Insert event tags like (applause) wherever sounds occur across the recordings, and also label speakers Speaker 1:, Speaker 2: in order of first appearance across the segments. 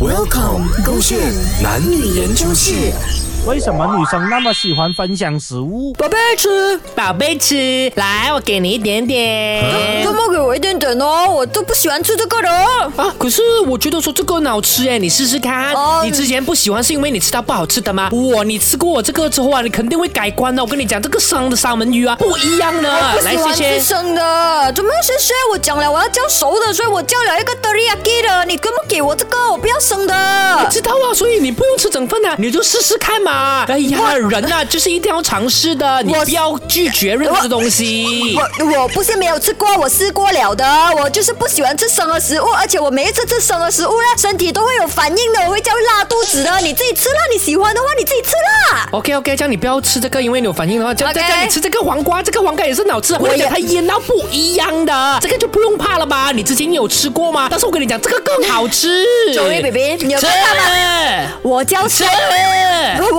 Speaker 1: Welcome，勾线男女研究室。
Speaker 2: 为什么女生那么喜欢分享食物？
Speaker 3: 宝贝吃，
Speaker 4: 宝贝吃，来，我给你一点点。
Speaker 3: 周末给我一点点哦，我都不喜欢吃这个的。
Speaker 4: 嗯啊，可是我觉得说这个很好吃哎，你试试看。
Speaker 3: 哦
Speaker 4: 你之前不喜欢是因为你吃到不好吃的吗？哇，你吃过我这个之后啊，你肯定会改观的。我跟你讲，这个生的三文鱼啊，不一样的。
Speaker 3: 我不
Speaker 4: 来，
Speaker 3: 喜欢
Speaker 4: 谢
Speaker 3: 吃
Speaker 4: 谢。
Speaker 3: 生的，怎么谢谢？我讲了我要叫熟的，所以我叫了一个 teriyaki 的，你根本给我这个，我不要生的。
Speaker 4: 知道啊，所以你不用吃整份啊，你就试试看嘛。哎呀，人呐、就是一定要尝试的，你
Speaker 3: 我
Speaker 4: 不要拒绝任何东西。
Speaker 3: 我我不是没有吃过，我试过了的，我就是不喜欢吃生的食物，而且我每一次吃生的食物呢，身体都会有反应的，我会叫拉肚子的。你自己吃啦，你喜欢的话你自己吃啦。
Speaker 4: OK OK，这样你不要吃这个，因为你有反应的话，这样
Speaker 3: OK
Speaker 4: 这样你吃这个黄瓜，这个黄瓜也是脑汁，我跟你
Speaker 3: 也
Speaker 4: 讲，它腌到不一样的，这个就不用怕了吧？你之前有吃过吗？但是我跟你讲，这个更好吃。
Speaker 3: 周一 baby，你有
Speaker 4: 吃
Speaker 3: 看到吗？我叫
Speaker 4: 吃
Speaker 3: 生，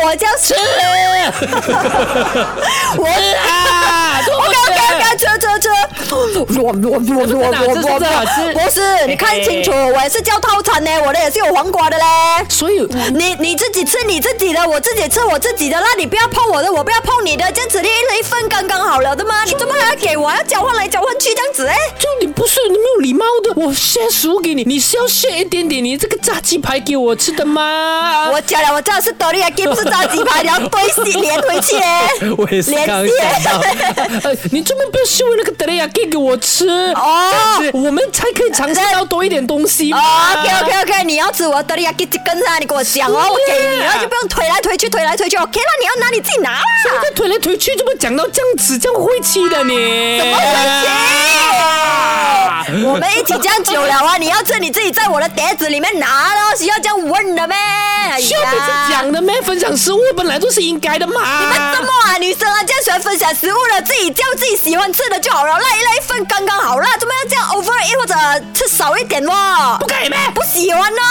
Speaker 3: 我叫生
Speaker 4: 吃，
Speaker 3: 我
Speaker 4: 吃啊！
Speaker 3: 我刚刚刚车车车，我我我我我我不是，你看清楚，我也是叫套餐呢，我的也是有黄瓜的嘞。
Speaker 4: 所以
Speaker 3: 你你自己吃你自己的，我自己吃我自己的，那你不要碰我的，我不要碰你的，这样子一人一份刚刚好了的嘛。你怎么还要给我，要交换来交换去这样子哎？
Speaker 4: 就你不是你没有礼貌的，我先食物给你，你是要献一点点你这个炸鸡排给我吃的吗？
Speaker 3: 我讲了，我真的是德利亚给不是炸鸡排，你要对戏连回去哎。
Speaker 4: 我也是刚刚想到， (laughs) 呃你专门不要秀那个德雷亚给给我吃
Speaker 3: 哦
Speaker 4: 这样子我们才可以尝试到多一点东
Speaker 3: (laughs)
Speaker 4: 西嘛。
Speaker 3: OK
Speaker 4: (laughs)
Speaker 3: OK OK，你要吃我德利亚给跟上，你跟我讲
Speaker 4: 啊
Speaker 3: 哦，我给你，然后就不用推来推去，推来推去。OK 了，你要拿你自己拿啦。
Speaker 4: 再推来推去，怎么讲到这样子，这样晦气的你？怎么
Speaker 3: 哎晦我们一起这样久了
Speaker 4: (laughs)
Speaker 3: 啊，你要吃你自己在我的碟子里面拿咯，需要这样问的咩？哎
Speaker 4: 需要被啊这讲的咩？分享食物本来就是应该的嘛。
Speaker 3: 怎么啊，女生啊，这样喜欢分享食物了，自己叫自己喜欢吃的就好了，那一那一份刚刚好啦，怎么要这样 over eat 或者吃少一点哦？
Speaker 4: 不可以咩？
Speaker 3: 不喜欢呢、